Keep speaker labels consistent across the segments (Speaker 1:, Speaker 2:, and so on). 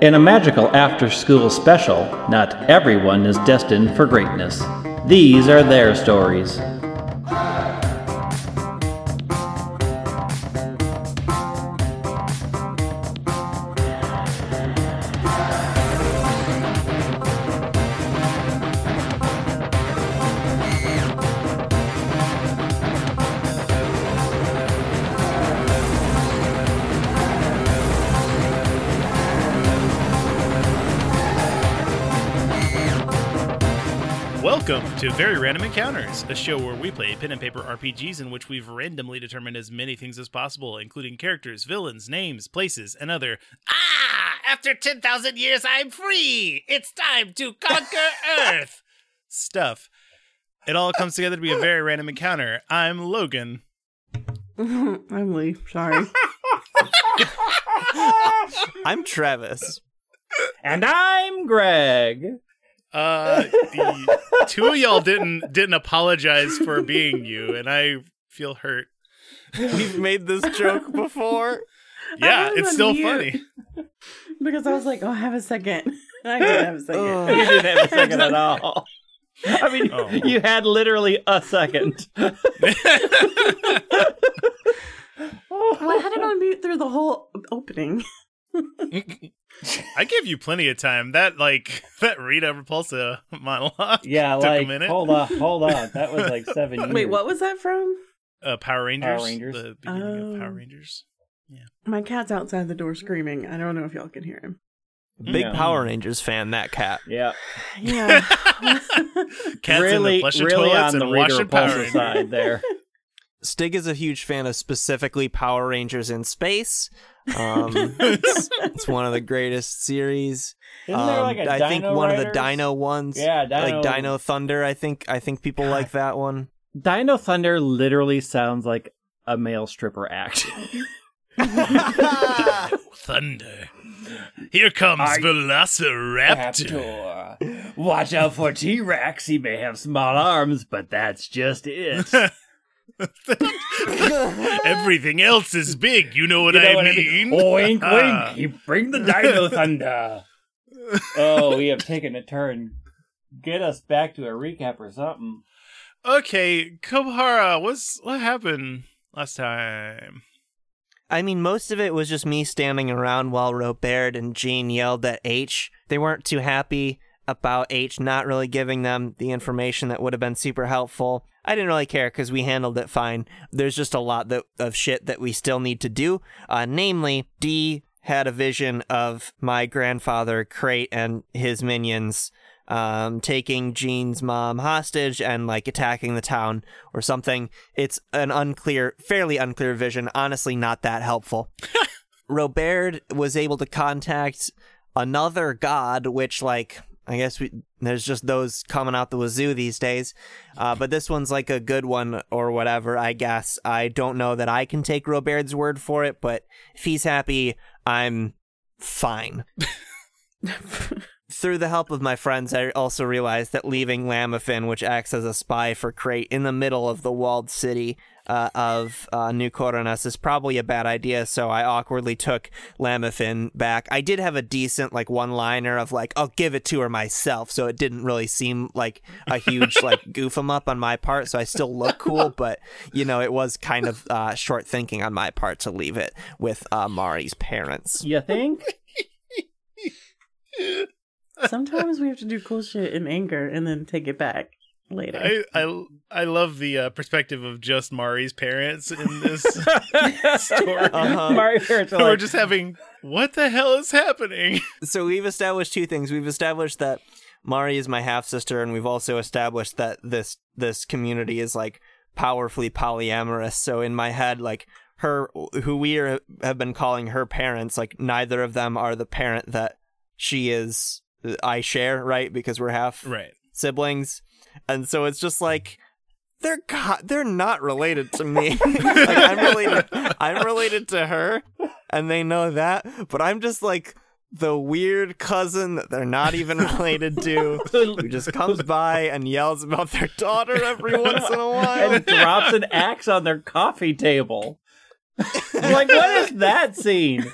Speaker 1: In a magical after school special, not everyone is destined for greatness. These are their stories.
Speaker 2: Welcome to Very Random Encounters, a show where we play pen and paper RPGs in which we've randomly determined as many things as possible, including characters, villains, names, places, and other. Ah! After 10,000 years, I'm free! It's time to conquer Earth! Stuff. It all comes together to be a very random encounter. I'm Logan.
Speaker 3: I'm Lee. Sorry.
Speaker 4: I'm Travis.
Speaker 1: And I'm Greg.
Speaker 2: Uh, the- two of y'all didn't didn't apologize for being you, and I feel hurt.
Speaker 4: We've made this joke before.
Speaker 2: Yeah,
Speaker 3: was
Speaker 2: it's
Speaker 3: on
Speaker 2: still
Speaker 3: mute.
Speaker 2: funny.
Speaker 3: because I was like, oh, I have a second. I did have a second.
Speaker 4: Ugh.
Speaker 1: You didn't have a second at all. I mean,
Speaker 2: Oh.
Speaker 1: you had literally a second.
Speaker 3: Well, I had it on mute through the whole opening.
Speaker 2: I gave you plenty of time. That like that Rita Repulsa monologue,
Speaker 1: Yeah,
Speaker 2: Took a
Speaker 1: like
Speaker 2: minute.
Speaker 1: hold on, hold on. That was like seven years.
Speaker 3: Wait, what was that from?
Speaker 2: uh, Power Rangers,
Speaker 1: Rangers.
Speaker 2: the beginning of Power
Speaker 3: Oh.
Speaker 2: Rangers.
Speaker 3: My cat's outside the door screaming. I don't know if y'all can hear him.
Speaker 4: Big
Speaker 1: Yeah.
Speaker 4: Power Rangers fan, that cat.
Speaker 1: Yeah,
Speaker 3: Yeah.
Speaker 2: Cats in
Speaker 1: really,
Speaker 2: the flush of
Speaker 1: really
Speaker 2: toilets
Speaker 1: on the
Speaker 2: and
Speaker 1: Rita
Speaker 2: washing Power
Speaker 1: Repulsa
Speaker 2: Rangers.
Speaker 1: side there.
Speaker 4: Stig is a huge fan of specifically Power Rangers in space. Um, it's, it's one of the greatest series.
Speaker 1: Isn't there
Speaker 4: Um,
Speaker 1: like a
Speaker 4: I think
Speaker 1: Dino
Speaker 4: one of the
Speaker 1: Riders?
Speaker 4: Dino ones.
Speaker 1: Yeah, Dino-
Speaker 4: like Dino Thunder. I think I think people like that one.
Speaker 1: Dino Thunder literally sounds like a male stripper act.
Speaker 2: Thunder! Here comes Velociraptor.
Speaker 1: Raptor. uh, Watch out for T Rex. He may have small arms, but that's just it.
Speaker 2: Everything else is big. You know what,
Speaker 1: You know
Speaker 2: I,
Speaker 1: what I Oh,
Speaker 2: mean?
Speaker 1: Oink,
Speaker 2: Ah.
Speaker 1: oink. You bring the dino thunder. oh, we have taken a turn. Get us back to a recap or something. Oh.
Speaker 2: Okay, Kobhara, what's what happened last time?
Speaker 4: I mean, most of it was just me standing around while Robert and Jean yelled at H. They weren't too happy about H not really giving them the information that would have been super helpful. I didn't really care because we handled it fine. There's just a lot that, of shit that we still need to do. Uh, namely, D had a vision of my grandfather, Crate, and his minions um, taking Jean's mom hostage and like attacking the town or something. It's an unclear, fairly unclear vision. Honestly, not that helpful. Robert was able to contact another god, which like I guess we there's just those coming out the wazoo these days, uh, but this one's like a good one or whatever. I guess I don't know that I can take Robert's word for it, but if he's happy, I'm fine through the help of my friends, I also realized that leaving Lamafin, which acts as a spy for Crate, in the middle of the walled city uh, of uh, New Coronas is probably a bad idea. So I awkwardly took Lamafin back. I did have a decent like one-liner of like, "I'll give it to her myself," so it didn't really seem like a huge like goof 'em up on my part. So I still look cool, but you know, it was kind of uh, short thinking on my part to leave it with uh, Mari's parents.
Speaker 1: You think?
Speaker 3: Sometimes we have to do cool shit in anger and then take it back later.
Speaker 2: I I, I love the uh, perspective of just Mari's parents in this story.
Speaker 4: Uh-huh.
Speaker 1: Mario parents are
Speaker 2: We're
Speaker 1: like,
Speaker 2: just having what the hell is happening?
Speaker 4: so we've established two things. We've established that Mari is my half sister, and we've also established that this this community is like powerfully polyamorous. So in my head, like her, who we are, have been calling her parents, like neither of them are the parent that she is. I share right because we're half
Speaker 2: Right.
Speaker 4: siblings, and so it's just like they're god, they're not related to me. like, I'm related, I'm related to her, and they know that. But I'm just like the weird cousin that they're not even related to, who just comes by and yells about their daughter every once in a while.
Speaker 1: and drops an axe on their coffee table. I'm like, what is that scene?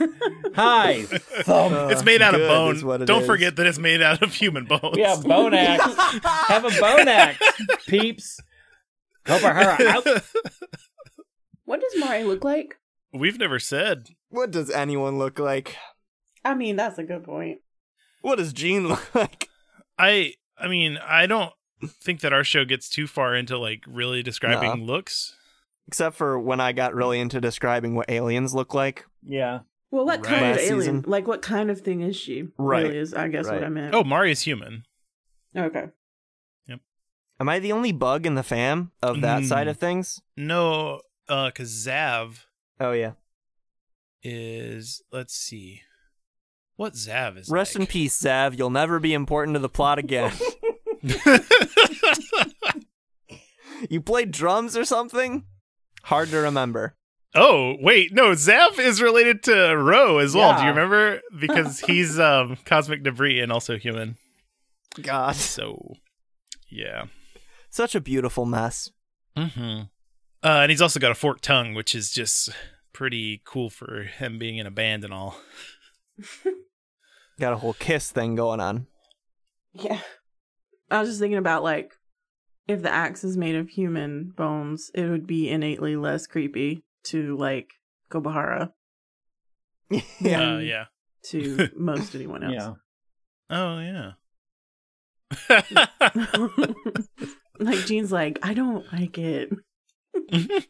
Speaker 1: Hi, thump.
Speaker 2: It's made out of
Speaker 4: Uh, Good is what
Speaker 2: bone.
Speaker 4: it
Speaker 2: Don't
Speaker 4: is.
Speaker 2: forget that it's made out of human bones.
Speaker 1: Yeah, bone axe. Have a bone axe, peeps. Go for her. Out.
Speaker 3: What does Mari look like?
Speaker 2: We've never said.
Speaker 4: What does anyone look like?
Speaker 3: I mean, that's a good point.
Speaker 4: What does Gene look like?
Speaker 2: I I mean, I don't think that our show gets too far into like really describing looks.
Speaker 4: Except for when I got really into describing what aliens look like.
Speaker 1: Yeah.
Speaker 3: Well,
Speaker 2: Right.
Speaker 3: what kind of
Speaker 4: Last
Speaker 3: alien?
Speaker 4: season.
Speaker 3: Like, what kind of thing is she?
Speaker 4: Right.
Speaker 3: Really is I guess
Speaker 4: Right.
Speaker 3: what I meant.
Speaker 2: Oh, Mari is human.
Speaker 3: okay.
Speaker 4: Am I the only bug in the fam of that
Speaker 2: Mm.
Speaker 4: side of things?
Speaker 2: No, uh cuz Zav
Speaker 4: Oh yeah.
Speaker 2: is let's see. What Zav is
Speaker 4: Rest in
Speaker 2: like.
Speaker 4: peace, Zav. You'll never be important to the plot again. you played drums or something? Hard to remember.
Speaker 2: Oh, wait, no, Zav is related to Ro as well. Do you
Speaker 1: Yeah.
Speaker 2: remember? Because he's um cosmic debris and also human.
Speaker 4: God.
Speaker 2: So yeah.
Speaker 4: Such a beautiful mess.
Speaker 2: Mm-hmm. Uh, and he's also got a forked tongue, which is just pretty cool for him being in a band and all.
Speaker 4: Got a whole kiss thing going on.
Speaker 3: Yeah. I was just thinking about like if the axe is made of human bones, it would be innately less creepy to like Kobahara
Speaker 4: yeah.
Speaker 3: Mm-hmm.
Speaker 2: Uh, yeah.
Speaker 3: to most anyone
Speaker 1: Yeah.
Speaker 3: else.
Speaker 2: Oh yeah.
Speaker 3: like Jean's like, I don't like it.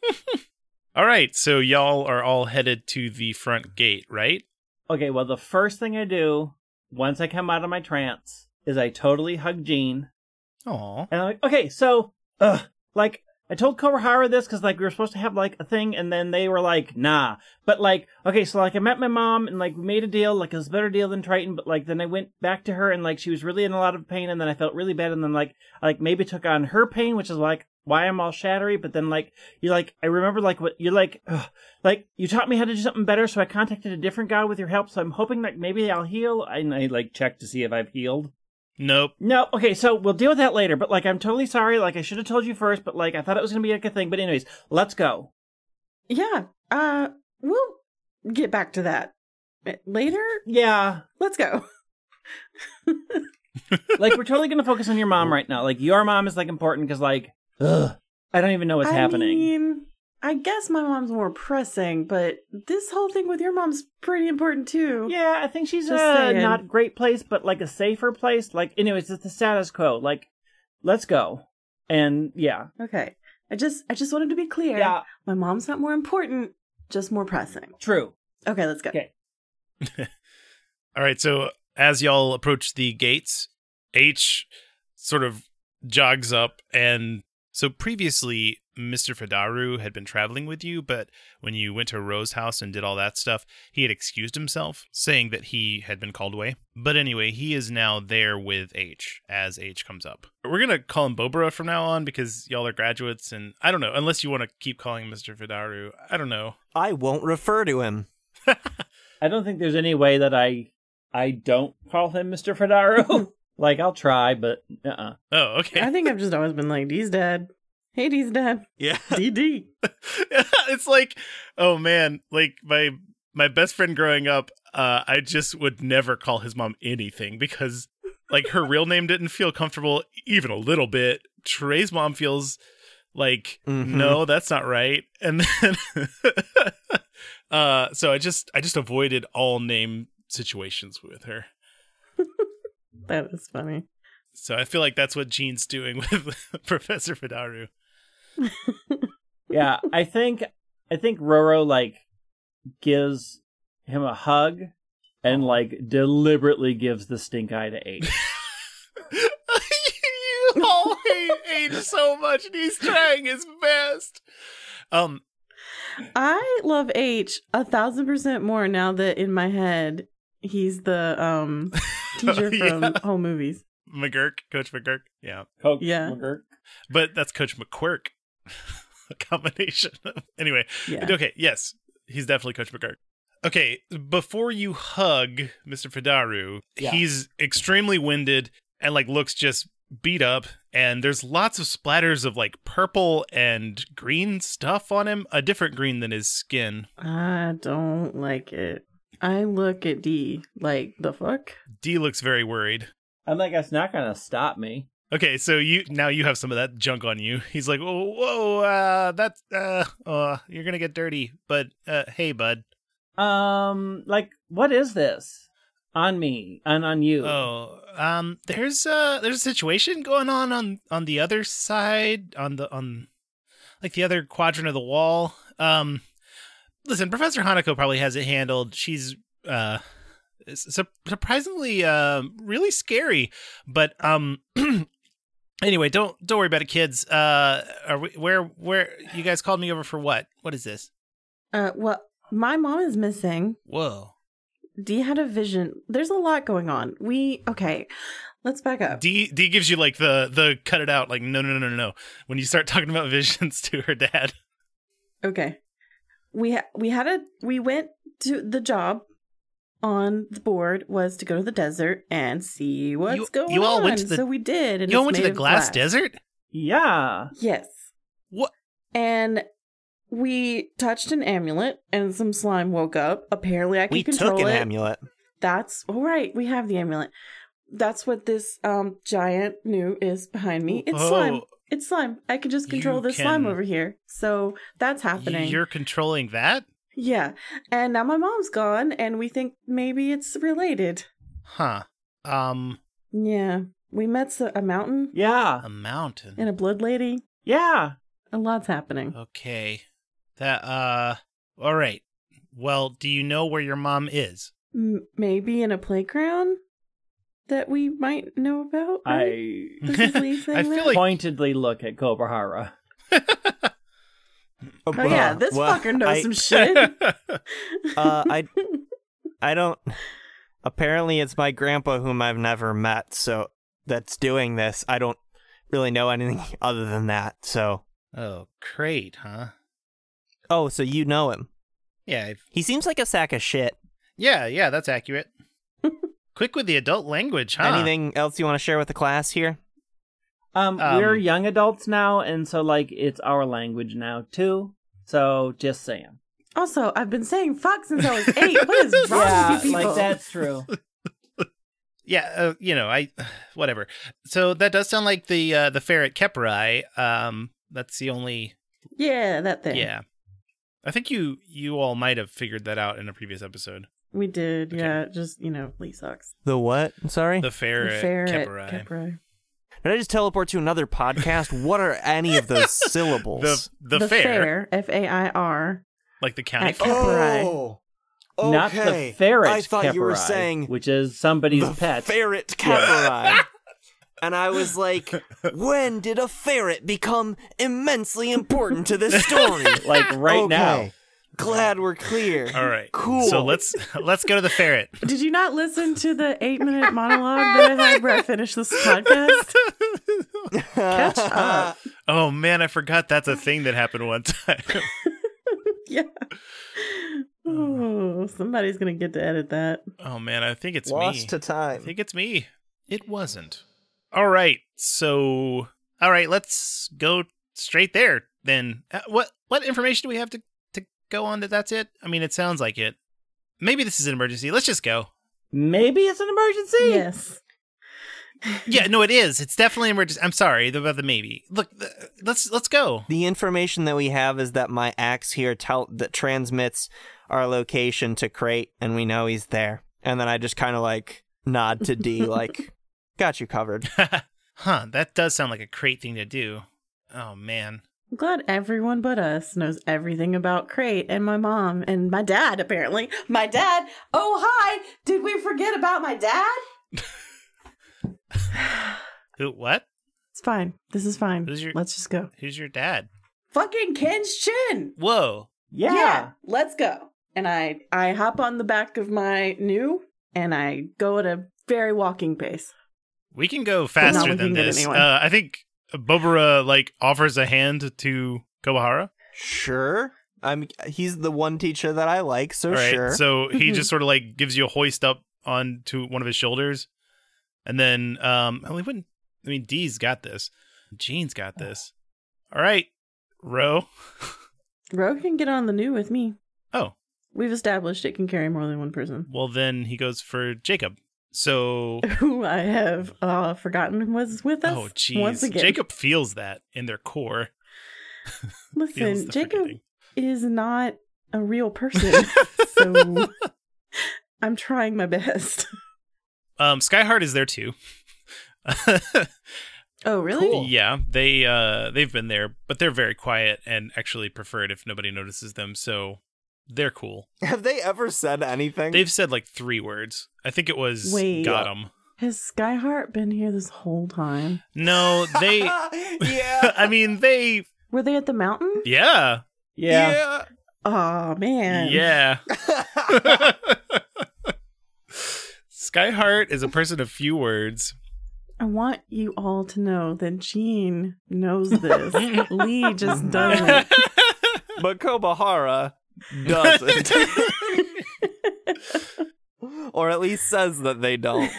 Speaker 2: all right, so y'all are all headed to the front gate, right?
Speaker 1: Okay, well, the first thing I do once I come out of my trance is I totally hug Jean.
Speaker 2: Aw.
Speaker 1: And I'm like, okay, so, uh, like, I told Kobahara this because, like, we were supposed to have, like, a thing, and then they were like, nah. But, like, okay, so, like, I met my mom, and, like, we made a deal, like, it was a better deal than Triton, but, like, then I went back to her, and, like, she was really in a lot of pain, and then I felt really bad, and then, like, I, like, maybe took on her pain, which is, like, why I'm all shattery, but then, like, you, like, I remember, like, what, you're like, ugh, like, you taught me how to do something better, so I contacted a different guy with your help, so I'm hoping, like, maybe I'll heal. And I, like, checked to see if I've healed.
Speaker 2: Nope.
Speaker 1: No, okay, so we'll deal with that later, but like I'm totally sorry, like I should have told you first, but like I thought it was gonna be like a thing. But anyways, let's go.
Speaker 3: Yeah. Uh we'll get back to that eh, later.
Speaker 1: Yeah.
Speaker 3: Let's go.
Speaker 1: Like we're totally gonna focus on your mom right now. Like your mom is like important because like ugh, I don't even know what's
Speaker 3: I
Speaker 1: happening.
Speaker 3: mean, I guess my mom's more pressing, but this whole thing with your mom's pretty important too.
Speaker 1: yeah, I think she's
Speaker 3: Just
Speaker 1: uh,
Speaker 3: saying.
Speaker 1: not great place, but like a safer place. Like anyways, it's the status quo. Like, let's go. And yeah.
Speaker 3: Okay. I just I just wanted to be clear.
Speaker 1: Yeah,
Speaker 3: My mom's not more important, just more pressing.
Speaker 1: true.
Speaker 3: Okay, let's go.
Speaker 1: Okay.
Speaker 2: All right, so as y'all approach the gates, H sort of jogs up and so previously Mr. Fadaru had been traveling with you, but when you went to Rose's house and did all that stuff, he had excused himself, saying that he had been called away. But anyway, he is now there with H as H comes up. We're gonna call him Bobra from now on because y'all are graduates and I don't know, unless you want to keep calling him Mr. Fadaru. I don't know.
Speaker 4: I won't refer to him.
Speaker 1: I don't think there's any way that I I don't call him Mr. Fedaro. like I'll try, but uh uh
Speaker 2: Oh, okay.
Speaker 3: I think I've just always been like, D's dad. Hey D's dad.
Speaker 4: Yeah.
Speaker 3: DD.
Speaker 2: it's like oh man like my my best friend growing up uh i just would never call his mom anything because like her real name didn't feel comfortable even a little bit trey's mom feels like
Speaker 4: Mhm.
Speaker 2: no that's not right and then uh so i just i just avoided all name situations with her
Speaker 3: That is funny.
Speaker 2: so i feel like that's what gene's doing with professor fidaru
Speaker 1: yeah, I think I think Roro like gives him a hug and like deliberately gives the stink eye to H.
Speaker 2: you all hate H so much, and he's trying his best. Um,
Speaker 3: I love H a thousand percent more now that in my head he's the um teacher
Speaker 2: Yeah.
Speaker 3: from home movies.
Speaker 2: McGurk, Coach McGurk, yeah,
Speaker 1: Coke
Speaker 3: Yeah.
Speaker 1: McGurk.
Speaker 2: but that's Coach McQuirk. A combination. Of, anyway,
Speaker 3: Yeah.
Speaker 2: okay, yes, he's definitely Coach McGurk. Okay, before you hug Mr. Fidaru,
Speaker 1: Yeah.
Speaker 2: he's extremely winded and like looks just beat up, and there's lots of splatters of like purple and green stuff on him, a different green than his skin.
Speaker 3: I don't like it. I look at D like the fuck.
Speaker 2: D looks very worried.
Speaker 1: I'm like, that's not gonna stop me.
Speaker 2: Okay, so you now you have some of that junk on you. He's like, "Whoa, whoa, uh, that's uh, uh, you're gonna get dirty." But uh, hey, bud.
Speaker 1: Um, like, what is this on me and on you?
Speaker 2: Oh, um, there's uh, there's a situation going on on on the other side on the on, like the other quadrant of the wall. Um, listen, Professor Hanako probably has it handled. She's uh, su- surprisingly uh, really scary, but um. Anyway, don't don't worry about it, kids. Uh, are we where where you guys called me over for what? What is this?
Speaker 3: Uh, well, my mom is missing.
Speaker 2: Whoa.
Speaker 3: D had a vision. There's a lot going on. We okay. Let's back up.
Speaker 2: D D gives you like the the cut it out like no no no no no when you start talking about visions to her dad.
Speaker 3: Okay. We ha- we had a we went to the job on the board was to go to the desert and see what's
Speaker 2: You-
Speaker 3: going on.
Speaker 2: you all went to the-
Speaker 3: so we did. And
Speaker 2: You all
Speaker 3: it's
Speaker 2: went to
Speaker 3: made
Speaker 2: the
Speaker 3: of
Speaker 2: glass, desert.
Speaker 1: Yeah.
Speaker 3: Yes.
Speaker 2: What?
Speaker 3: And we touched an amulet and some slime woke up. Apparently I can
Speaker 4: we
Speaker 3: control
Speaker 4: took an
Speaker 3: it.
Speaker 4: amulet.
Speaker 3: That's all right. We have the amulet. That's what this um giant new is behind me. It's
Speaker 2: Oh.
Speaker 3: slime. It's slime. I can just control
Speaker 2: You
Speaker 3: this slime
Speaker 2: can-
Speaker 3: over here. So that's happening.
Speaker 2: You're controlling that,
Speaker 3: Yeah. And now my mom's gone and we think maybe it's related.
Speaker 2: huh? Um,
Speaker 3: Yeah. We met s- a mountain
Speaker 1: Yeah.
Speaker 2: a mountain.
Speaker 3: and a blood lady.
Speaker 1: Yeah.
Speaker 3: A lot's
Speaker 2: Uh.
Speaker 3: happening.
Speaker 2: Okay, that uh, all right. Well, do you know where your mom is?
Speaker 3: M- maybe in a playground that we might know about. right?
Speaker 1: I
Speaker 3: Does this Lee
Speaker 2: I
Speaker 3: saying
Speaker 2: feel
Speaker 3: that?
Speaker 2: like
Speaker 1: pointedly look at Cobra Hara.
Speaker 3: Oh yeah, this
Speaker 4: Well,
Speaker 3: fucker knows
Speaker 4: I-
Speaker 3: some shit.
Speaker 4: uh, I I don't. Apparently, it's my grandpa whom I've never met, so that's doing this. I don't really know anything other than that. So,
Speaker 2: oh, great, huh?
Speaker 4: oh, so you know him?
Speaker 2: Yeah, I've,
Speaker 4: He seems like a sack of shit.
Speaker 2: yeah, yeah. That's accurate. Quick with the adult language, huh?
Speaker 4: Anything else you want to share with the class here?
Speaker 1: Um,
Speaker 2: Um,
Speaker 1: we're young adults now, and so like it's our language now too. So just saying.
Speaker 3: Also, I've been saying fuck since I was eight. What is wrong
Speaker 1: Yeah,
Speaker 3: with you people?
Speaker 1: like that's true.
Speaker 2: yeah, uh, you know, I whatever. So that does sound like the uh, the ferret Keperai. Um, that's the only
Speaker 3: Yeah, that thing.
Speaker 2: yeah. I think you you all might have figured that out in a previous episode.
Speaker 3: we did.
Speaker 2: Okay.
Speaker 3: Yeah, just you know, Lee sucks.
Speaker 4: The what? I'm sorry.
Speaker 2: The
Speaker 3: The
Speaker 2: ferret, Keperai.
Speaker 3: Kepri.
Speaker 4: Did I just teleport to another podcast? what are any of those syllables?
Speaker 2: The the,
Speaker 3: the
Speaker 2: fair,
Speaker 3: fair, F A I R.
Speaker 2: like the county.
Speaker 3: At Kep-
Speaker 2: fair.
Speaker 3: Cabaret.
Speaker 4: Oh.
Speaker 1: Not the ferret.
Speaker 4: I thought you were
Speaker 1: Keperai,
Speaker 4: saying
Speaker 1: which is somebody's
Speaker 4: the
Speaker 1: pet.
Speaker 4: ferret Cabaret. and I was like, when did a ferret become immensely important to this story?
Speaker 1: like right
Speaker 4: Okay.
Speaker 1: now.
Speaker 4: Glad we're clear.
Speaker 2: All right,
Speaker 4: Cool.
Speaker 2: So let's let's go to the ferret.
Speaker 3: Did you not listen to the eight minute monologue that I had where I finished this podcast?
Speaker 4: Catch
Speaker 3: up.
Speaker 2: Oh man, I forgot that's a thing that happened one time.
Speaker 3: Yeah. Oh, somebody's gonna get to edit that.
Speaker 2: oh man, I think it's me.
Speaker 4: Lost to time.
Speaker 2: I think it's me. It wasn't. All right. So, all right, let's go straight there then. Uh, what what information do we have to to go on that that's it? I mean, it sounds like it. Maybe this is an emergency. Let's just go.
Speaker 1: Maybe it's an emergency.
Speaker 3: Yes.
Speaker 2: Yeah, no, it is. It's definitely an emergency. I'm sorry about the maybe. Look, th- let's let's go.
Speaker 4: The information that we have is that my axe here tel- that transmits our location to Crate, and we know he's there. And then I just kind of like nod to D, like, got you covered.
Speaker 2: huh, that does sound like a great thing to do. Oh man.
Speaker 3: I'm glad everyone but us knows everything about Crate and my mom and my dad, apparently. My dad. Oh, hi. Did we forget about my dad?
Speaker 2: Who what?
Speaker 3: It's fine. This is fine.
Speaker 2: Who's your-
Speaker 3: Let's just go.
Speaker 2: Who's your dad?
Speaker 3: Fucking Ken's chin.
Speaker 2: Whoa.
Speaker 1: Yeah.
Speaker 3: Let's go. And I I hop on the back of my new and I go at a very walking pace.
Speaker 2: We can go
Speaker 3: not
Speaker 2: faster than
Speaker 3: looking at
Speaker 2: this.
Speaker 3: anyone.
Speaker 2: Uh, I think Bobara like offers a hand to Kobahara.
Speaker 4: sure. I'm. He's the one teacher that I like,
Speaker 3: Oh,
Speaker 4: so
Speaker 2: All right,
Speaker 4: sure.
Speaker 2: So he
Speaker 3: Mhm.
Speaker 2: just sort of like gives you a hoist up onto one of his shoulders, and then um, well, he wouldn't I mean, D's got this. Gene's got
Speaker 3: Oh.
Speaker 2: this. All right, Ro.
Speaker 3: Rogue can get on the new with me.
Speaker 2: Oh.
Speaker 3: We've established it can carry more than one person.
Speaker 2: Well, then he goes for Jacob. So,
Speaker 3: Who I have uh, forgotten was with us
Speaker 2: oh,
Speaker 3: once
Speaker 2: jeez.
Speaker 3: again.
Speaker 2: Jacob feels that in their core. Feels
Speaker 3: Listen,
Speaker 2: the
Speaker 3: Jacob
Speaker 2: forgetting.
Speaker 3: is not a real person, so I'm trying my best.
Speaker 2: Um, Skyheart is there too.
Speaker 3: Oh, really?
Speaker 2: Yeah, they uh they've been there, but they're very quiet and actually preferred if nobody notices them. So they're cool.
Speaker 4: Have they ever said anything?
Speaker 2: They've said like three words. I think it was
Speaker 3: Wait.
Speaker 2: got 'em.
Speaker 3: Has Skyheart been here this whole time?
Speaker 2: No, they.
Speaker 4: yeah.
Speaker 2: I mean, they.
Speaker 3: Were they at the mountain?
Speaker 2: Yeah,
Speaker 1: Yeah.
Speaker 3: Oh man.
Speaker 2: yeah.
Speaker 4: Yeah.
Speaker 2: Skyheart is a person of few words.
Speaker 3: I want you all to know that Gene knows this. Lee just doesn't.
Speaker 4: but Kobahara doesn't. or at least says that they don't.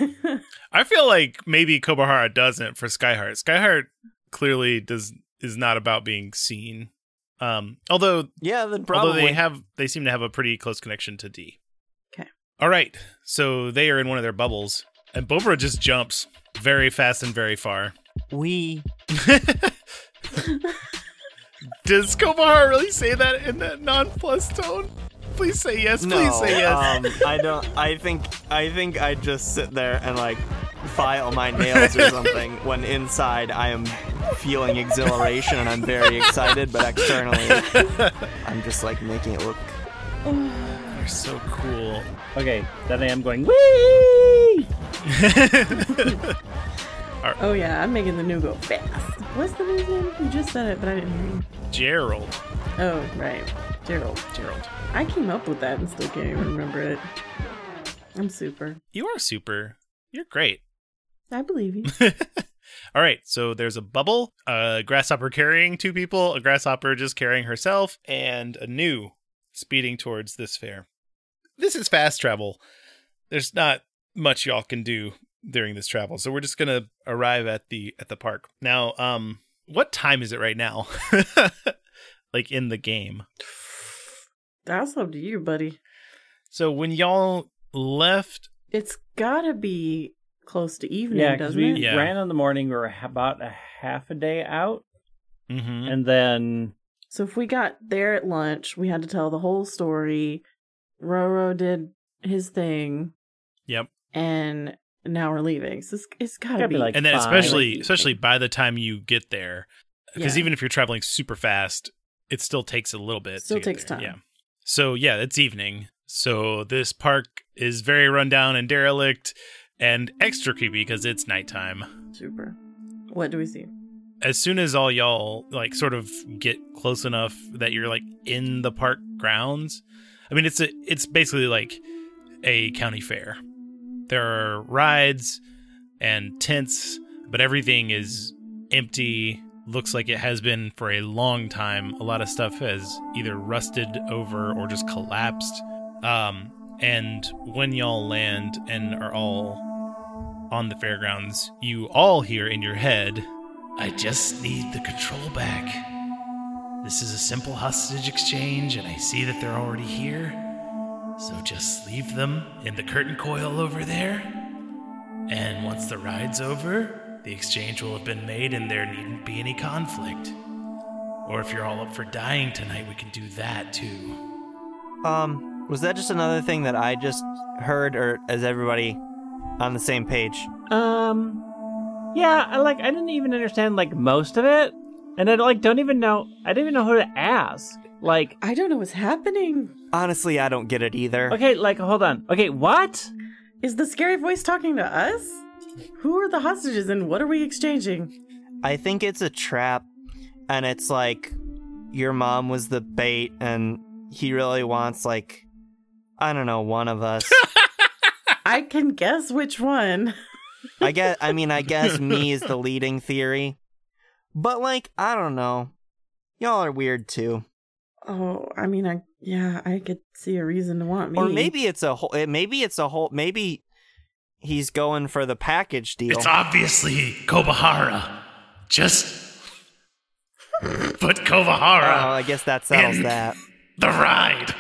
Speaker 2: I feel like maybe Kobahara doesn't for Skyheart. Skyheart clearly does is not about being seen. Um, although
Speaker 4: Yeah, then
Speaker 2: although
Speaker 4: probably.
Speaker 2: they have they seem to have a pretty close connection to D.
Speaker 3: 'Kay.
Speaker 2: All right. So they are in one of their bubbles, and Bobra just jumps very fast and very far.
Speaker 4: we.
Speaker 2: Does Kobahara really say that in that nonplussed tone? Please say yes.
Speaker 4: No,
Speaker 2: please say yes.
Speaker 4: um, I don't. I think. I think I just sit there and like file my nails or something. when inside I am feeling exhilaration and I'm very excited, but externally I'm just like making it look.
Speaker 2: You're so cool.
Speaker 1: Okay. Then I am going. Wee.
Speaker 3: Oh yeah, I'm making the new go fast. What's the new name? You just said it, but I didn't hear you.
Speaker 2: Gerald.
Speaker 3: Oh right, Gerald.
Speaker 2: Gerald.
Speaker 3: I came up with that and still can't even remember it. I'm super.
Speaker 2: You are super. You're great.
Speaker 3: I believe you.
Speaker 2: All right, so there's a bubble, a grasshopper carrying two people, a grasshopper just carrying herself, and a new speeding towards this fair. This is fast travel. There's not much y'all can do during this travel, so we're just gonna arrive at the at the park now. Um, what time is it right now? like in the game.
Speaker 3: That's up to you, buddy.
Speaker 2: So when y'all left,
Speaker 3: It's gotta be close to evening,
Speaker 1: Yeah, because
Speaker 3: doesn't
Speaker 1: we
Speaker 3: it?
Speaker 2: Yeah.
Speaker 1: ran in the morning. We were about a half a day out,
Speaker 2: mm-hmm.
Speaker 1: and then
Speaker 3: So if we got there at lunch, we had to tell the whole story. Roro did his thing,
Speaker 2: yep,
Speaker 3: and now we're leaving. So it's, it's gotta,
Speaker 1: Gotta be
Speaker 3: be,
Speaker 1: like-
Speaker 2: and then
Speaker 1: Fine.
Speaker 2: especially especially by the time you get there, because
Speaker 3: Yeah.
Speaker 2: even if you're traveling super fast, it still takes a little bit. to
Speaker 3: Still
Speaker 2: get
Speaker 3: takes
Speaker 2: there.
Speaker 3: time.
Speaker 2: Yeah. So yeah, it's evening. So this park is very rundown and derelict, and extra creepy because it's nighttime.
Speaker 3: super. What do we see?
Speaker 2: As soon as all y'all like sort of get close enough that you're like in the park grounds, I mean it's a it's basically like a county fair. There are rides and tents, but everything is empty. Looks like it has been for a long time. A lot of stuff has either rusted over or just collapsed. Um, and when y'all land and are all on the fairgrounds, you all hear in your head, I just need the control back. This is a simple hostage exchange, and I see that they're already here. So just leave them in the curtain coil over there. And once the ride's over, the exchange will have been made and there needn't be any conflict. Or if you're all up for dying tonight, we can do that too.
Speaker 4: Um, was that just another thing that I just heard, or is everybody on the same page?
Speaker 1: Um, yeah, I like I didn't even understand like most of it, and I like don't even know I didn't even know who to ask. Like,
Speaker 3: I don't know what's happening.
Speaker 4: Honestly, I don't get it either.
Speaker 1: okay, like hold on, okay, what?
Speaker 3: Is the scary voice talking to us? Who are the hostages and what are we exchanging?
Speaker 4: I think it's a trap, and it's like your mom was the bait, and he really wants like I don't know one of us.
Speaker 3: I can guess which one.
Speaker 4: I guess I mean I guess me is the leading theory, but like I don't know. Y'all are weird too,
Speaker 3: Oh, I mean, I yeah, I could see a reason to want me.
Speaker 4: or maybe it's a whole. Maybe it's a whole. Maybe he's going for the package deal.
Speaker 2: It's obviously Kobahara. Just. but
Speaker 4: Oh,
Speaker 2: Kobahara,
Speaker 4: I guess that settles that.
Speaker 2: the ride.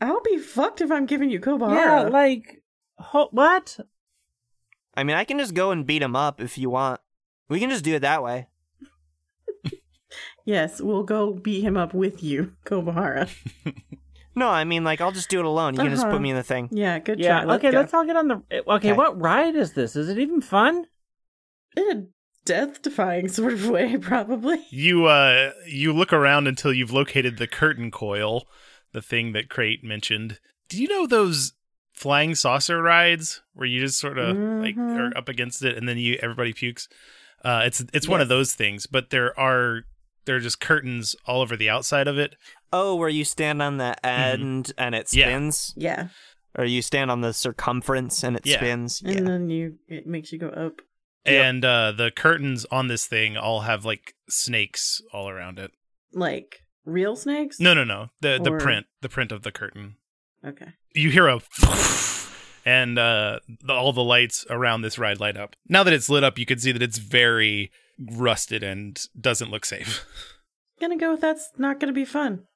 Speaker 3: I'll be fucked if I'm giving you Kobara.
Speaker 1: Yeah, like, ho- what?
Speaker 4: I mean, I can just go and beat him up if you want. We can just do it that way.
Speaker 3: yes, we'll go beat him up with you, Kobahara.
Speaker 4: No, I mean, like, I'll just do it alone. You can just
Speaker 3: Uh-huh.
Speaker 4: put me in the thing.
Speaker 3: Yeah, good
Speaker 1: yeah.
Speaker 3: try. Let's
Speaker 1: okay,
Speaker 3: go.
Speaker 1: let's all get on the. Okay,
Speaker 4: Okay.
Speaker 1: what ride is this? Is it even fun?
Speaker 3: in a death-defying sort of way, probably.
Speaker 2: You uh you look around until you've located the curtain coil, the thing that Crate mentioned. Do you know those flying saucer rides where you just sort of like
Speaker 3: Mhm.
Speaker 2: are up against it and then you everybody pukes? Uh it's it's one of those things, but there are there are just curtains all over the outside of it.
Speaker 4: Oh, where you stand on the end and it
Speaker 2: Mm-hmm. Yeah.
Speaker 4: spins?
Speaker 3: Yeah,
Speaker 4: Or you stand on the circumference and it
Speaker 2: Yeah.
Speaker 4: spins?
Speaker 3: and
Speaker 4: Yeah.
Speaker 3: then you it makes you go up.
Speaker 2: Yeah. And uh the curtains on this thing all have like snakes all around it.
Speaker 3: Like real snakes?
Speaker 2: No, no, no. The the
Speaker 3: Or-
Speaker 2: print, the print of the curtain.
Speaker 3: Okay.
Speaker 2: you hear a and uh, the, all the lights around this ride light up. Now that it's lit up, you can see that it's very rusted and doesn't look safe.
Speaker 3: Gonna go with that's not gonna be fun.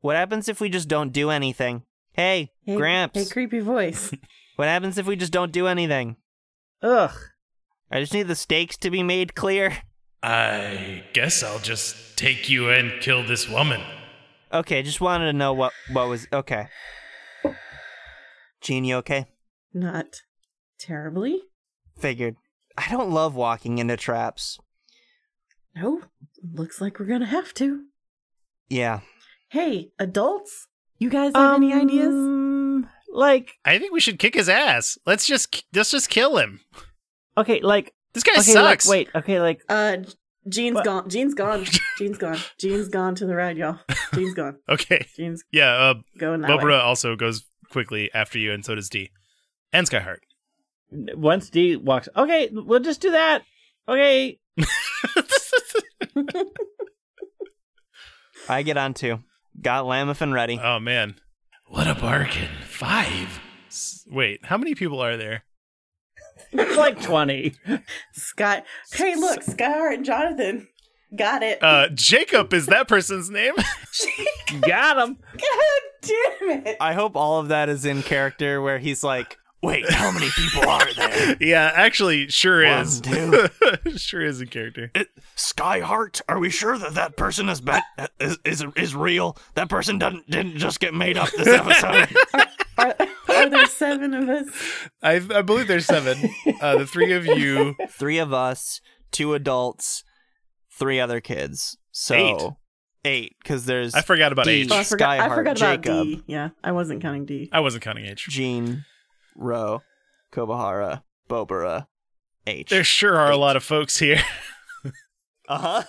Speaker 4: What happens if we just don't do anything? Hey,
Speaker 3: Hey,
Speaker 4: Gramps.
Speaker 3: Hey, creepy voice.
Speaker 4: what happens if we just don't do anything?
Speaker 1: Ugh.
Speaker 4: I just need the stakes to be made clear.
Speaker 2: I guess I'll just take you and kill this woman.
Speaker 4: Okay, just wanted to know what what was okay. Gene, you okay?
Speaker 3: not terribly.
Speaker 4: Figured. I don't love walking into traps.
Speaker 3: No. Looks like we're gonna have to.
Speaker 4: Yeah.
Speaker 3: Hey, adults, you guys have any ideas?
Speaker 1: Um, Like,
Speaker 2: I think we should kick his ass. Let's just let's just kill him.
Speaker 1: okay, like,
Speaker 2: This guy
Speaker 1: okay,
Speaker 2: sucks.
Speaker 1: like, wait, okay, like,
Speaker 3: Uh, Gene's
Speaker 1: What?
Speaker 3: gone. Gene's gone. Gene's gone. Gene's gone to the ride, y'all. Gene's gone.
Speaker 2: Okay.
Speaker 3: Gene's
Speaker 2: Yeah. Uh,
Speaker 3: going that way.
Speaker 2: Barbara also goes quickly after you, and so does D. And Skyheart.
Speaker 1: once D walks, okay, we'll just do that. Okay,
Speaker 4: I get on too. Got Lamothin ready.
Speaker 2: oh man. What a bargain. Five. S- Wait, how many people are there?
Speaker 1: it's like twenty.
Speaker 3: Scott. Hey, look, Skyheart and Jonathan got it.
Speaker 2: Uh, Jacob is that person's name.
Speaker 1: Got him.
Speaker 3: God damn it!
Speaker 4: I hope all of that is in character where he's like, wait, how many people are there?
Speaker 2: yeah, actually, sure
Speaker 4: One,
Speaker 2: is.
Speaker 4: two.
Speaker 2: sure is a character.
Speaker 5: Skyheart, are we sure that that person is ba- is, is is real? That person doesn't didn't just get made up this episode.
Speaker 3: Are, are there seven of us?
Speaker 2: I, I believe there's seven. Uh, the three of you.
Speaker 4: Three of us, two adults, three other kids. So eight, because there's
Speaker 2: I forgot about
Speaker 4: D.
Speaker 2: age.
Speaker 3: Oh, I forgot. I
Speaker 4: Skyheart,
Speaker 3: forgot about
Speaker 4: Jacob.
Speaker 3: D. Yeah, I wasn't counting D.
Speaker 2: I wasn't counting age.
Speaker 4: Gene, Roe, Kobahara, Bobara, H.
Speaker 2: There sure are a lot of folks here.
Speaker 4: uh huh.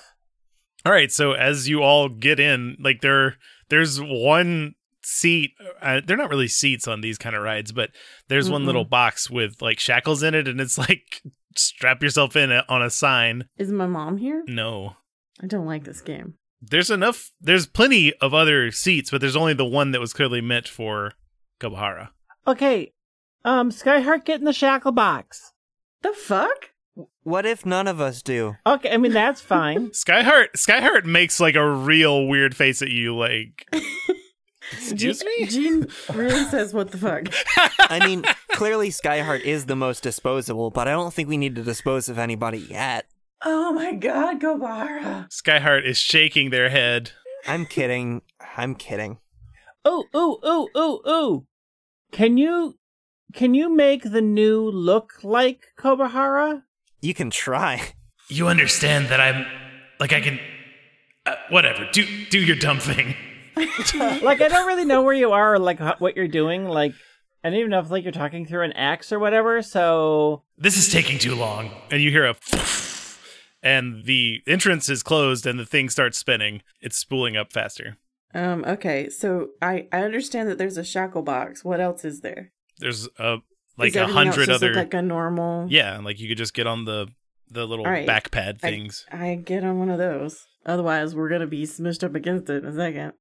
Speaker 2: All right, so as you all get in, like there, there's one seat. Uh, they're not really seats on these kind of rides, but there's one
Speaker 3: Mm-mm.
Speaker 2: little box with like shackles in it, and it's like strap yourself in uh, on a sign.
Speaker 3: Is my mom here?
Speaker 2: No,
Speaker 3: I don't like this game.
Speaker 2: there's enough there's plenty of other seats but there's only the one that was clearly meant for Kabahara.
Speaker 1: Okay, um, Skyheart, get in the shackle box.
Speaker 3: The fuck?
Speaker 4: What if none of us do?
Speaker 1: Okay, I mean that's fine.
Speaker 2: Skyheart Skyheart makes like a real weird face at you like Excuse
Speaker 3: Gene-
Speaker 2: me?
Speaker 3: Gene really says what the fuck.
Speaker 4: I mean, clearly Skyheart is the most disposable, but I don't think we need to dispose of anybody yet.
Speaker 3: Oh my god, Gobara.
Speaker 2: Skyheart is shaking their head.
Speaker 4: I'm kidding. I'm kidding.
Speaker 1: ooh, ooh, ooh, ooh, ooh. Can you, can you make the new look like Kobahara?
Speaker 4: You can try.
Speaker 2: You understand that I'm like I can uh, whatever. Do do your dumb thing.
Speaker 1: like I don't really know where you are or like ho- what you're doing. Like I don't even know if like you're talking through an axe or whatever. So
Speaker 2: This is taking too long. And you hear a and the entrance is closed and the thing starts spinning. It's spooling up faster.
Speaker 3: Um, okay, so I, I understand that there's a shackle box. What else is there?
Speaker 2: There's a like
Speaker 3: Is
Speaker 2: a
Speaker 3: everything else
Speaker 2: hundred
Speaker 3: just look
Speaker 2: other
Speaker 3: like a normal
Speaker 2: Yeah, and like you could just get on the the little
Speaker 3: All right.
Speaker 2: back pad
Speaker 3: I-
Speaker 2: things.
Speaker 3: I get on one of those. Otherwise we're gonna be smushed up against it in a second.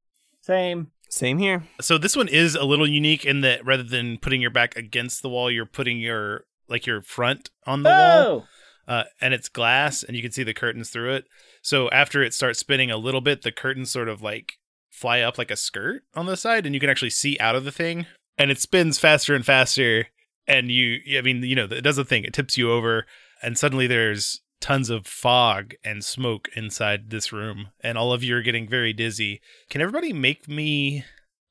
Speaker 1: same.
Speaker 4: Same here.
Speaker 2: So this one is a little unique in that rather than putting your back against the wall, you're putting your like your front on the wall
Speaker 1: Oh,
Speaker 2: uh, and it's glass and you can see the curtains through it. So after it starts spinning a little bit, the curtains sort of like fly up like a skirt on the side and you can actually see out of the thing and it spins faster and faster. And you, I mean, you know, it does a thing, it tips you over and suddenly there's tons of fog and smoke inside this room and all of you are getting very dizzy. Can everybody make me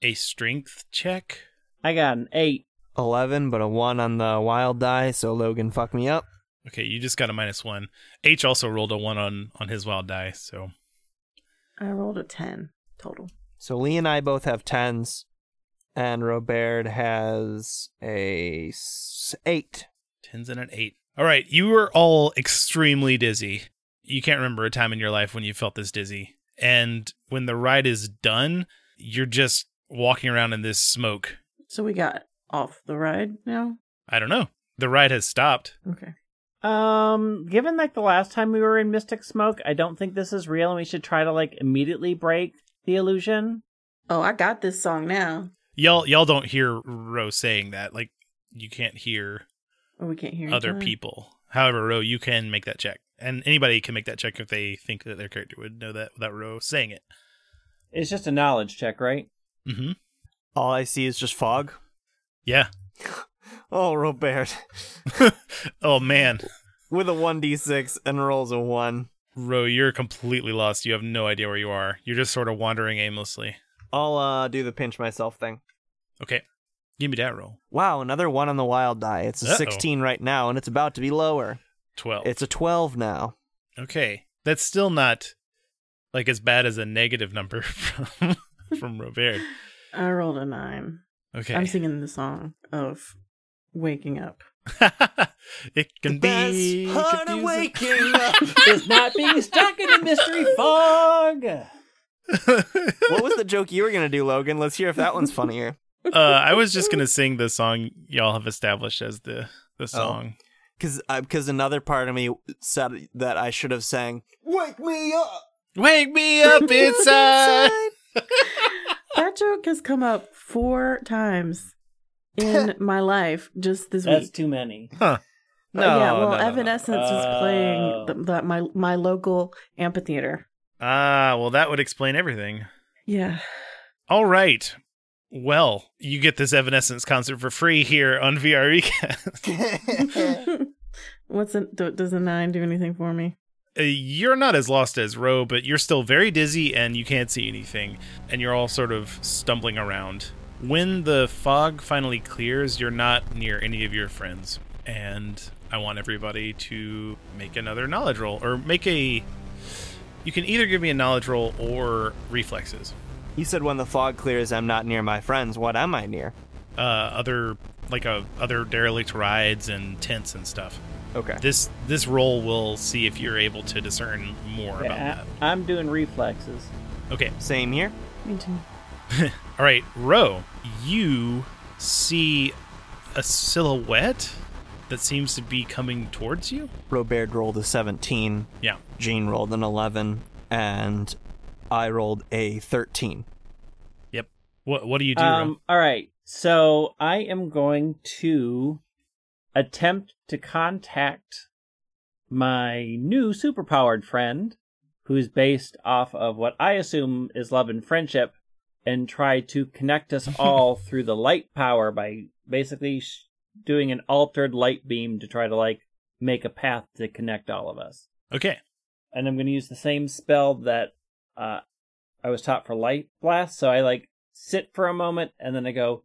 Speaker 2: a strength check?
Speaker 1: I got an eight.
Speaker 4: 11, but a 1 on the wild die, so Logan fucked me up.
Speaker 2: Okay, you just got a minus one. H also rolled a one on on his wild die, so
Speaker 3: I rolled a 10 total.
Speaker 4: So Lee and I both have 10s, and Robert has a s- 8.
Speaker 2: Tens and an eight. All right, you were all extremely dizzy. You can't remember a time in your life when you felt this dizzy. And when the ride is done, you're just walking around in this smoke.
Speaker 3: So we got off the ride now.
Speaker 2: I don't know. The ride has stopped.
Speaker 3: Okay.
Speaker 1: Um, given like the last time we were in Mystic Smoke, I don't think this is real, and we should try to like immediately break the illusion.
Speaker 3: Oh, I got this song now.
Speaker 2: Y'all y'all don't hear Ro saying that. Like you can't hear
Speaker 3: Oh, we can't hear each
Speaker 2: other
Speaker 3: other.
Speaker 2: people. However, Ro, you can make that check. And anybody can make that check if they think that their character would know that without Ro saying it.
Speaker 1: It's just a knowledge check, right?
Speaker 2: Mm-hmm.
Speaker 4: All I see is just fog.
Speaker 2: Yeah.
Speaker 4: Oh, Robert.
Speaker 2: Oh man.
Speaker 4: With a 1d6 and rolls a 1.
Speaker 2: Ro, you're completely lost. You have no idea where you are. You're just sort of wandering aimlessly.
Speaker 4: I'll uh, do the pinch myself thing.
Speaker 2: Okay. Give me that roll.
Speaker 4: Wow, another 1 on the wild die. It's a
Speaker 2: Uh-oh.
Speaker 4: 16 right now, and it's about to be lower.
Speaker 2: 12.
Speaker 4: It's a 12 now.
Speaker 2: okay. That's still not like as bad as a negative number from from Robert.
Speaker 3: I rolled a 9.
Speaker 2: Okay.
Speaker 3: I'm singing the song of waking up.
Speaker 2: it can be confusing.
Speaker 4: waking up.
Speaker 1: It's not being stuck in a mystery fog.
Speaker 4: what was the joke you were going to do, Logan? Let's hear if that one's funnier.
Speaker 2: uh, I was just gonna sing the song y'all have established as the the song.
Speaker 4: Because because uh, another part of me said that I should have sang, Wake me up!
Speaker 2: Wake me up inside.
Speaker 3: That joke has come up four times in my life just this
Speaker 1: That's
Speaker 3: week.
Speaker 1: too many.
Speaker 3: Oh,
Speaker 4: No,
Speaker 3: yeah,
Speaker 4: no,
Speaker 3: well,
Speaker 4: no, Oh. no.
Speaker 3: Evanescence was playing the, the, my my local amphitheater.
Speaker 2: Ah, well that would explain everything.
Speaker 3: Yeah,
Speaker 2: All right. Well, you get this Evanescence concert for free here on E. VREcast.
Speaker 3: what's a, do, does a nine do anything for me?
Speaker 2: Uh, you're not as lost as Ro, but you're still very dizzy and you can't see anything, and you're all sort of stumbling around. When the fog finally clears, you're not near any of your friends, and I want everybody to make another knowledge roll or make a. You can either give me a knowledge roll or reflexes.
Speaker 4: you said when the fog clears, I'm not near my friends. What am I near?
Speaker 2: Uh, other like uh other derelict rides and tents and stuff.
Speaker 4: Okay.
Speaker 2: This this roll will see if you're able to discern more about
Speaker 1: Yeah,
Speaker 2: that.
Speaker 1: I, Uh, I'm doing reflexes.
Speaker 2: Okay.
Speaker 4: Same here.
Speaker 3: Me too.
Speaker 2: All right, Ro, you see a silhouette that seems to be coming towards you.
Speaker 4: Robert rolled a 17,
Speaker 2: Yeah.
Speaker 4: Gene rolled an 11, and I rolled a 13.
Speaker 2: Yep. What What do you do?
Speaker 1: Um, all right. So I am going to attempt to contact my new superpowered friend, who's based off of what I assume is love and friendship, and try to connect us all through the light power by basically sh- doing an altered light beam to try to like make a path to connect all of us.
Speaker 2: Ro? Okay.
Speaker 1: And I'm going to use the same spell that uh, I was taught for light blast. So I like sit for a moment and then I go,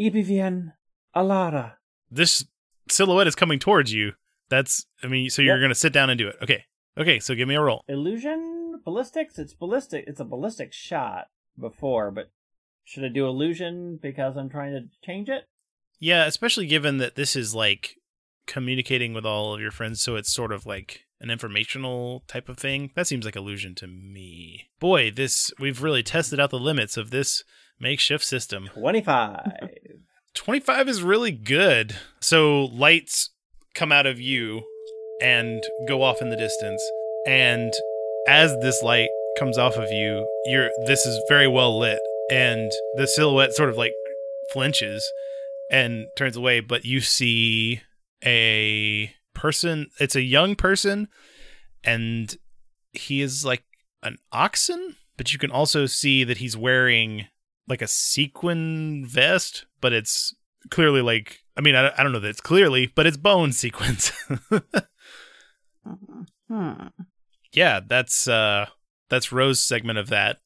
Speaker 1: Ibivien Alara.
Speaker 2: This silhouette is coming towards you. That's. I mean, so you're
Speaker 1: Yep.
Speaker 2: gonna sit down and do it. Okay. Okay. So give me a roll.
Speaker 1: Illusion? Ballistics? It's ballistic. It's a ballistic shot before, but should I do illusion because I'm trying to change it?
Speaker 2: Yeah, especially given that this is like communicating with all of your friends, so it's sort of like an informational type of thing. That seems like illusion to me. Boy, this we've really tested out the limits of this makeshift system.
Speaker 1: 25.
Speaker 2: 25 is really good. So lights come out of you and go off in the distance. And as this light comes off of you, you're this is very well lit and the silhouette sort of like flinches and turns away, but you see a person. It's a young person, and he is like an oxen. But you can also see that he's wearing like a sequin vest, but it's clearly like I mean I, I don't know that it's clearly, but it's bone sequins.
Speaker 3: Hmm.
Speaker 2: yeah, that's uh that's Rose's segment of that.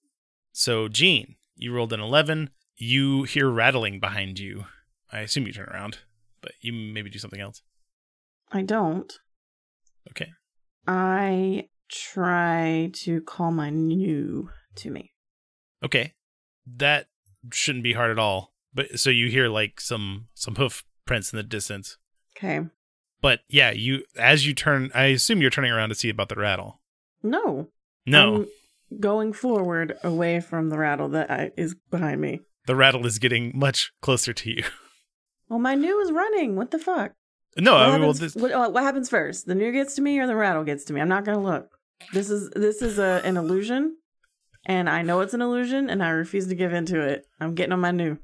Speaker 2: So Gene, you rolled an eleven. You hear rattling behind you. I assume you turn around, but you maybe do something else.
Speaker 3: I don't.
Speaker 2: Okay.
Speaker 3: I try to call my new to me.
Speaker 2: Okay. That shouldn't be hard at all. But so you hear like some some hoof prints in the distance.
Speaker 3: Okay.
Speaker 2: But yeah, you as you turn I assume you're turning around to see about the rattle.
Speaker 3: No. Um,
Speaker 2: No.
Speaker 3: I'm going forward away from the rattle that I, is behind me.
Speaker 2: the rattle is getting much closer to you.
Speaker 3: Well, my new is running. What the fuck?
Speaker 2: No,
Speaker 3: what,
Speaker 2: I mean, well,
Speaker 3: happens,
Speaker 2: this,
Speaker 3: what, uh, what happens first? The new gets to me or the rattle gets to me? I'm not gonna look. This is this is a, an illusion, and I know it's an illusion, and I refuse to give in to it. I'm getting on my new.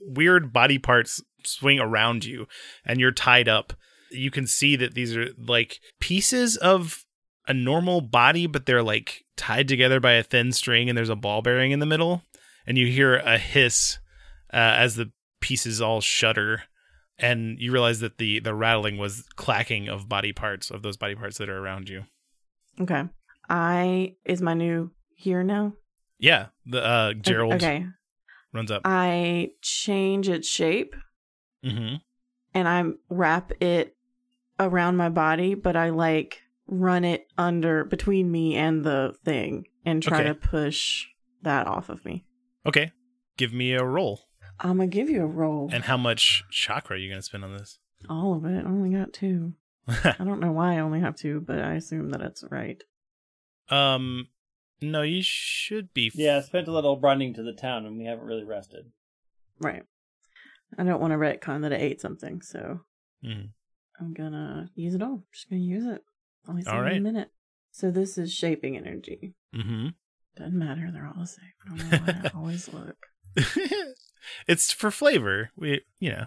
Speaker 2: weird body parts swing around you and you're tied up. You can see that these are like pieces of a normal body, but they're like tied together by a thin string and there's a ball bearing in the middle. And you hear a hiss uh, as the pieces all shudder. And you realize that the, the rattling was clacking of body parts, of those body parts that are around you.
Speaker 3: Okay. I is my new here now.
Speaker 2: Yeah. The uh, Gerald
Speaker 3: Okay. Uh,
Speaker 2: runs up.
Speaker 3: I change its shape
Speaker 2: mm-hmm.
Speaker 3: and I wrap it around my body, but I like run it under between me and the thing and try
Speaker 2: Okay.
Speaker 3: to push that off of me.
Speaker 2: Okay. Give me a roll.
Speaker 3: I'm gonna give you a roll.
Speaker 2: And how much chakra are you going to spend on this?
Speaker 3: All of it. I only got two. I don't know why I only have two, but I assume that it's right.
Speaker 2: Um, no, you should be. f-
Speaker 1: Yeah, I spent a little running to the town and we haven't really rested.
Speaker 3: Right. I don't want to retcon that I ate something, so
Speaker 2: Mhm.
Speaker 3: I'm gonna use it all. Just gonna use it. Only
Speaker 2: All
Speaker 3: all right.
Speaker 2: right.
Speaker 3: a minute. So this is shaping energy.
Speaker 2: Mhm.
Speaker 3: Doesn't matter. They're all the same. I don't know why I always
Speaker 2: it's for flavor. We, you know,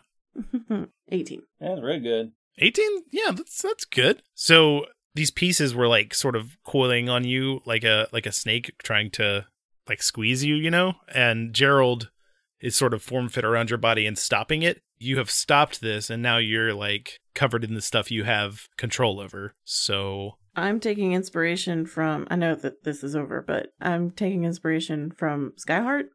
Speaker 3: look. 18.
Speaker 1: That's real good.
Speaker 2: eighteen. Yeah, that's that's good. So these pieces were like sort of coiling on you, like a like a snake trying to like squeeze you, you know. And Gerald is sort of form fit around your body and stopping it. You have stopped this, and now you're like covered in the stuff you have control over. So
Speaker 3: I'm taking inspiration from, I know that this is over, but I'm taking inspiration from Skyheart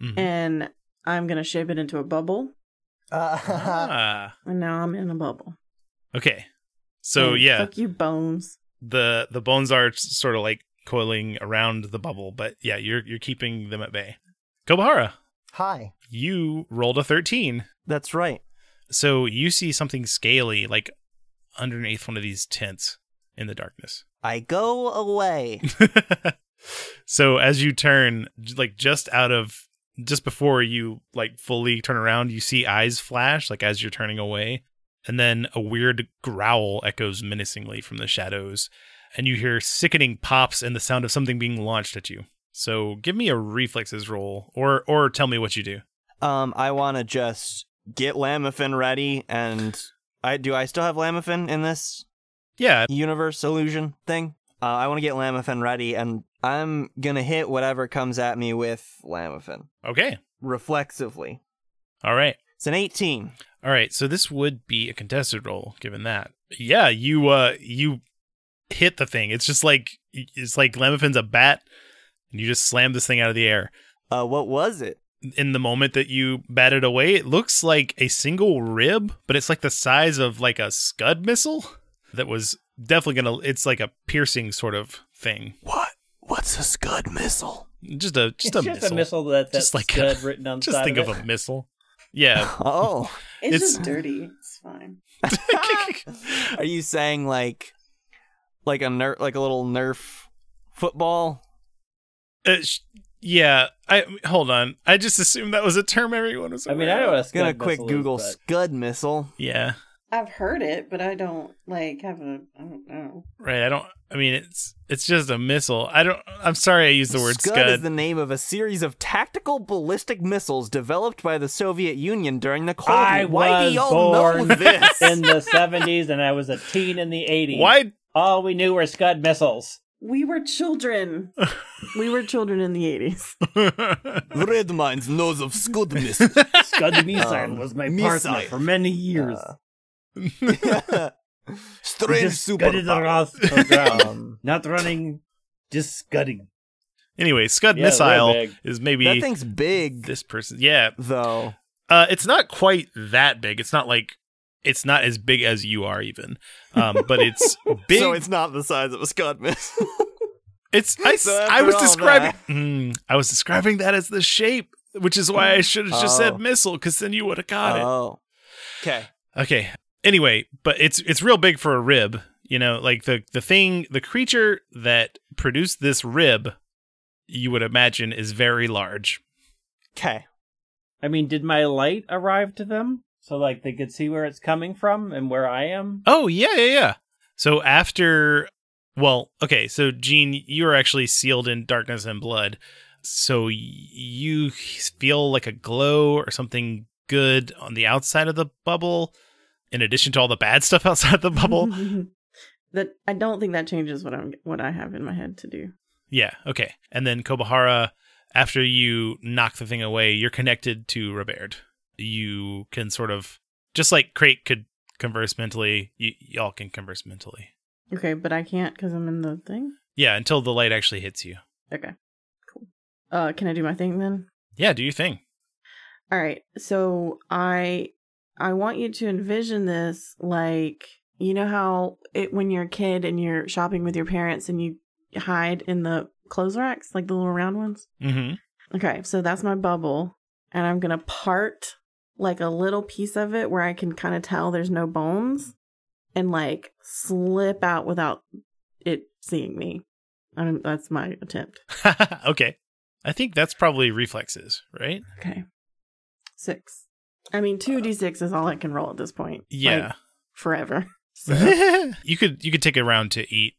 Speaker 2: mhm.
Speaker 3: and I'm going to shape it into a bubble.
Speaker 2: Ah.
Speaker 3: And now I'm in a bubble.
Speaker 2: okay. So
Speaker 3: And
Speaker 2: yeah,
Speaker 3: Fuck you, bones.
Speaker 2: the the bones are s- sort of like coiling around the bubble, but yeah, you're you're keeping them at bay. Kobahara,
Speaker 4: Hi.
Speaker 2: you rolled a thirteen,
Speaker 4: That's right.
Speaker 2: so you see something scaly like underneath one of these tents in the darkness.
Speaker 4: I go away.
Speaker 2: so as you turn, j- like just out of just before you like fully turn around, you see eyes flash like as you're turning away, and then a weird growl echoes menacingly from the shadows, and you hear sickening pops and the sound of something being launched at you. So give me a reflexes roll, or or tell me what you do.
Speaker 4: Um, I want to just get Lamafin ready, and I do. I still have Lamafin in this
Speaker 2: Yeah,
Speaker 4: universe illusion thing. Uh, I want to get Lamafin ready, and I'm gonna hit whatever comes at me with Lamafin
Speaker 2: okay,
Speaker 4: reflexively.
Speaker 2: all right.
Speaker 4: It's an 18.
Speaker 2: All right, so this would be a contested roll, given that. Yeah, you uh you hit the thing. It's just like it's like Lemofin's a bat, and you just slam this thing out of the air.
Speaker 4: Uh, what was it?
Speaker 2: In the moment that you bat it away, it looks like a single rib, but it's like the size of like a Scud missile that was definitely gonna. It's like a piercing sort of thing.
Speaker 5: What? What's a Scud missile?
Speaker 2: Just a just, a,
Speaker 1: it's just
Speaker 2: missile.
Speaker 1: a missile that that's
Speaker 2: Just like a-
Speaker 1: good written on the
Speaker 2: Just
Speaker 1: side
Speaker 2: think
Speaker 1: of,
Speaker 2: of,
Speaker 1: it.
Speaker 2: a missile. Yeah.
Speaker 4: Oh,
Speaker 3: It's,
Speaker 2: It's-
Speaker 3: just dirty. It's fine.
Speaker 4: are you saying like, like a nerf, like a little Nerf football?
Speaker 2: Uh, sh- yeah. I hold on. I just assumed that was a term everyone was.
Speaker 1: I mean,
Speaker 2: aware
Speaker 1: I
Speaker 2: of.
Speaker 1: know what a scud
Speaker 4: Gonna quick
Speaker 1: missile
Speaker 4: Google
Speaker 1: is,
Speaker 4: Scud missile.
Speaker 2: Yeah.
Speaker 3: I've heard it, but I don't like have a. I don't know.
Speaker 2: Right. I don't. I mean, it's it's just a missile. I don't. I'm sorry. I used the word
Speaker 4: Scud,
Speaker 2: scud.
Speaker 4: is the name of a series of tactical ballistic missiles developed by the Soviet Union during the Cold War.
Speaker 1: I
Speaker 4: Why do
Speaker 1: was
Speaker 4: y'all
Speaker 1: born
Speaker 4: know this?
Speaker 1: in the 70s and I was a teen in the 80s.
Speaker 2: Why?
Speaker 1: All we knew were Scud missiles.
Speaker 3: We were children. we were children in the eighties.
Speaker 4: Red Mines knows of Scud
Speaker 1: Scud missile
Speaker 4: Um,
Speaker 1: was my
Speaker 4: missile.
Speaker 1: partner for many years.
Speaker 4: Uh,
Speaker 1: We
Speaker 4: Strange
Speaker 1: just scudded
Speaker 4: superpower.
Speaker 1: across the ground. Not running, just scudding.
Speaker 2: anyway, scud
Speaker 1: Yeah, real
Speaker 2: missile
Speaker 1: big.
Speaker 2: is
Speaker 4: That
Speaker 2: maybe
Speaker 4: thing's big,
Speaker 2: this person. Yeah.
Speaker 4: though.
Speaker 2: Uh, it's not quite that big. It's not like it's not as big as you are even. Um, but it's big.
Speaker 4: So it's not the size of a Scud missile.
Speaker 2: It's I, s-
Speaker 4: So
Speaker 2: I
Speaker 4: after
Speaker 2: was
Speaker 4: all
Speaker 2: describing
Speaker 4: that-
Speaker 2: Mm, I was describing that as the shape, which is why I should have just
Speaker 4: Oh.
Speaker 2: said missile because then you would have got
Speaker 4: oh. Okay.
Speaker 2: it. Okay. Anyway, but it's it's real big for a rib. You know, like the the thing, the creature that produced this rib, you would imagine is very large.
Speaker 4: Okay.
Speaker 1: I mean, did my light arrive to them? So, like, they could see where it's coming from and where I am?
Speaker 2: Oh yeah, yeah, yeah. So after, well, okay. So Gene, you are actually sealed in darkness and blood. So y- you feel like a glow or something good on the outside of the bubble, in addition to all the bad stuff outside the bubble.
Speaker 3: that I don't think that changes what I'm what I have in my head to do.
Speaker 2: yeah. Okay. And then Kobahara, after you knock the thing away, you're connected to Robert. You can sort of just like Crate could converse mentally. Y- y'all can converse mentally.
Speaker 3: Okay, but I can't because I'm in the thing.
Speaker 2: Yeah, until the light actually hits you.
Speaker 3: Okay, cool. Uh, can I do my thing then?
Speaker 2: Yeah, do your thing.
Speaker 3: All right. So I I want you to envision this like you know how it when you're a kid and you're shopping with your parents and you hide in the clothes racks, like the little round ones.
Speaker 2: Mm-hmm.
Speaker 3: Okay, so that's my bubble and I'm going to part like a little piece of it where I can kind of tell there's no bones and like slip out without it seeing me. Um, that's my attempt.
Speaker 2: okay. I think that's probably reflexes, right?
Speaker 3: Okay. 6. I mean 2d6 is all I can roll at this point. Like,
Speaker 2: Yeah.
Speaker 3: forever.
Speaker 2: you could you could take a round to eat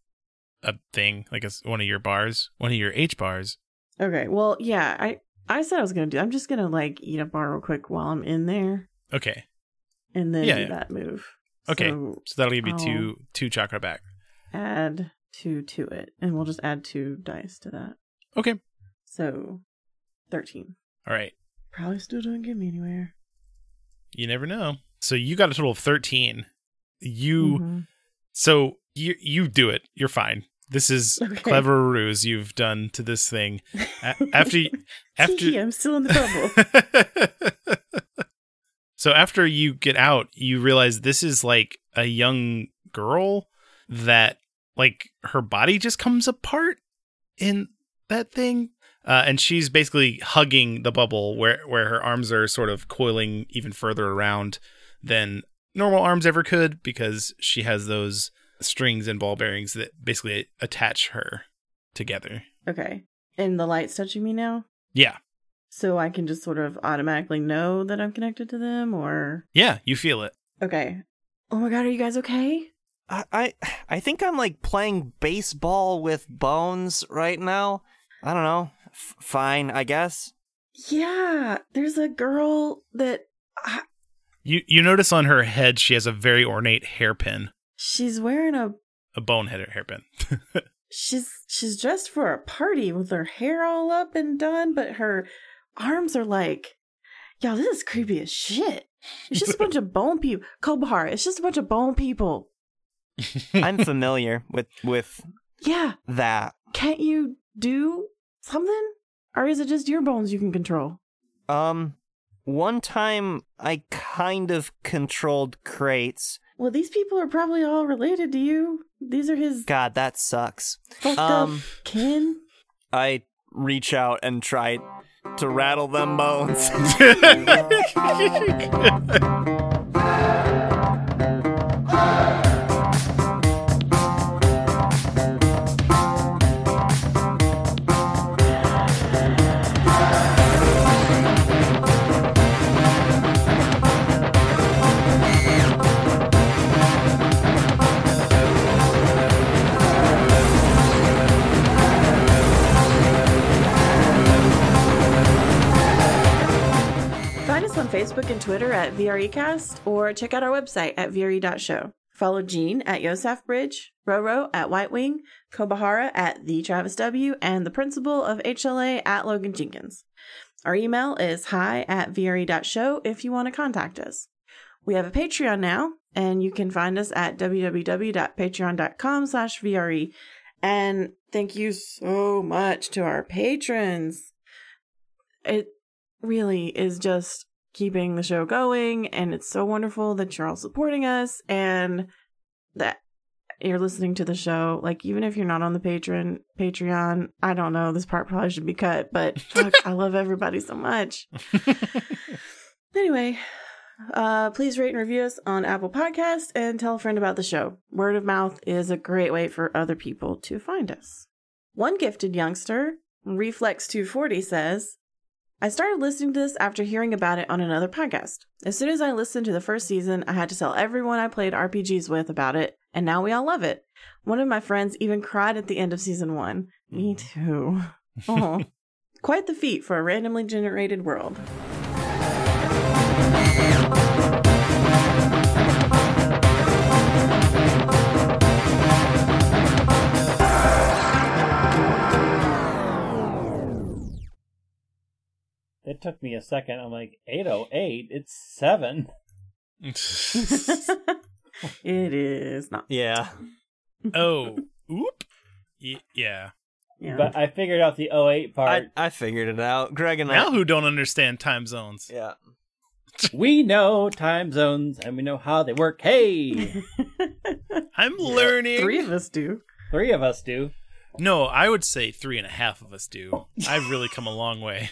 Speaker 2: a thing, like a s one of your bars, one of your H bars.
Speaker 3: Okay. Well, yeah, I I said I was gonna do. I'm just gonna like eat a bar real quick while I'm in there,
Speaker 2: Okay.
Speaker 3: and then
Speaker 2: Yeah,
Speaker 3: do
Speaker 2: yeah.
Speaker 3: that move.
Speaker 2: Okay.
Speaker 3: So
Speaker 2: So that'll give you
Speaker 3: Oh.
Speaker 2: two two chakra back.
Speaker 3: add two to it, and we'll just add two dice to that.
Speaker 2: Okay.
Speaker 3: So thirteen.
Speaker 2: All right.
Speaker 3: Probably still doesn't get me anywhere.
Speaker 2: You never know. So you got a total of thirteen. You
Speaker 3: Mhm.
Speaker 2: so you you do it. You're fine. This is
Speaker 3: Okay.
Speaker 2: clever ruse you've done to this thing. A- after y-
Speaker 3: Gee,
Speaker 2: after
Speaker 3: I'm still in the bubble.
Speaker 2: so after you get out, you realize this is like a young girl that like her body just comes apart in that thing. Uh, and she's basically hugging the bubble where, where her arms are sort of coiling even further around than normal arms ever could because she has those strings and ball bearings that basically attach her together.
Speaker 3: okay, and the light's touching me now,
Speaker 2: Yeah.
Speaker 3: so I can just sort of automatically know that I'm connected to them, or
Speaker 2: Yeah. You feel it.
Speaker 3: okay. Oh my god, are you guys okay?
Speaker 4: I, I I think I'm like playing baseball with bones right now. I don't know. F- fine, I guess.
Speaker 3: Yeah, there's a girl that
Speaker 2: You you notice on her head she has a very ornate hairpin,
Speaker 3: she's wearing a
Speaker 2: a bonehead hairpin.
Speaker 3: she's she's dressed for a party with her hair all up and done, but her arms are like, yo, this is creepy as shit. It's just a bunch of bone people. Kobahar, it's just a bunch of bone people.
Speaker 4: I'm familiar with with
Speaker 3: Yeah,
Speaker 4: that.
Speaker 3: can't you do something, or is it just your bones you can control?
Speaker 4: Um one time I kind of controlled crates.
Speaker 3: Well, these people are probably all related to you. These are his
Speaker 4: God, that sucks.
Speaker 3: fucked
Speaker 4: Um
Speaker 3: up kin.
Speaker 4: I reach out and try to rattle them bones.
Speaker 3: Facebook and Twitter at VREcast or check out our website at VRE.show. Follow Gene at Yosef Bridge, Roro at White Wing, Kobahara at The Travis W, and the principal of HLA at Logan Jenkins. Our email is hi at VRE.show if you want to contact us. We have a Patreon now, and you can find us at www.patreon.com slash VRE. And thank you so much to our patrons. It really is just keeping the show going, and it's so wonderful that you're all supporting us and that you're listening to the show. Like, even if you're not on the patron Patreon, I don't know, this part probably should be cut, but fuck, I love everybody so much. anyway, uh, please rate and review us on Apple Podcasts and tell a friend about the show. Word of mouth is a great way for other people to find us. One gifted youngster, Reflex240, says, I started listening to this after hearing about it on another podcast. As soon as I listened to the first season, I had to tell everyone I played RPGs with about it, and now we all love it. One of my friends even cried at the end of season one. Me too. Aw. Quite the feat for a randomly generated world.
Speaker 1: It took me a second. I'm like, 808? It's 7.
Speaker 3: It is not.
Speaker 4: Yeah.
Speaker 2: oh, oop. Y- yeah.
Speaker 3: Yeah.
Speaker 1: But I figured out the 08
Speaker 4: I,
Speaker 1: part.
Speaker 4: I figured it out. Greg and
Speaker 2: Now
Speaker 4: I.
Speaker 2: who don't understand time zones?
Speaker 4: Yeah.
Speaker 1: we know time zones and we know how they work. Hey!
Speaker 2: I'm learning.
Speaker 3: Three of us do.
Speaker 1: Three of us do.
Speaker 2: No, I would say three and a half of us do. I've really come a long way.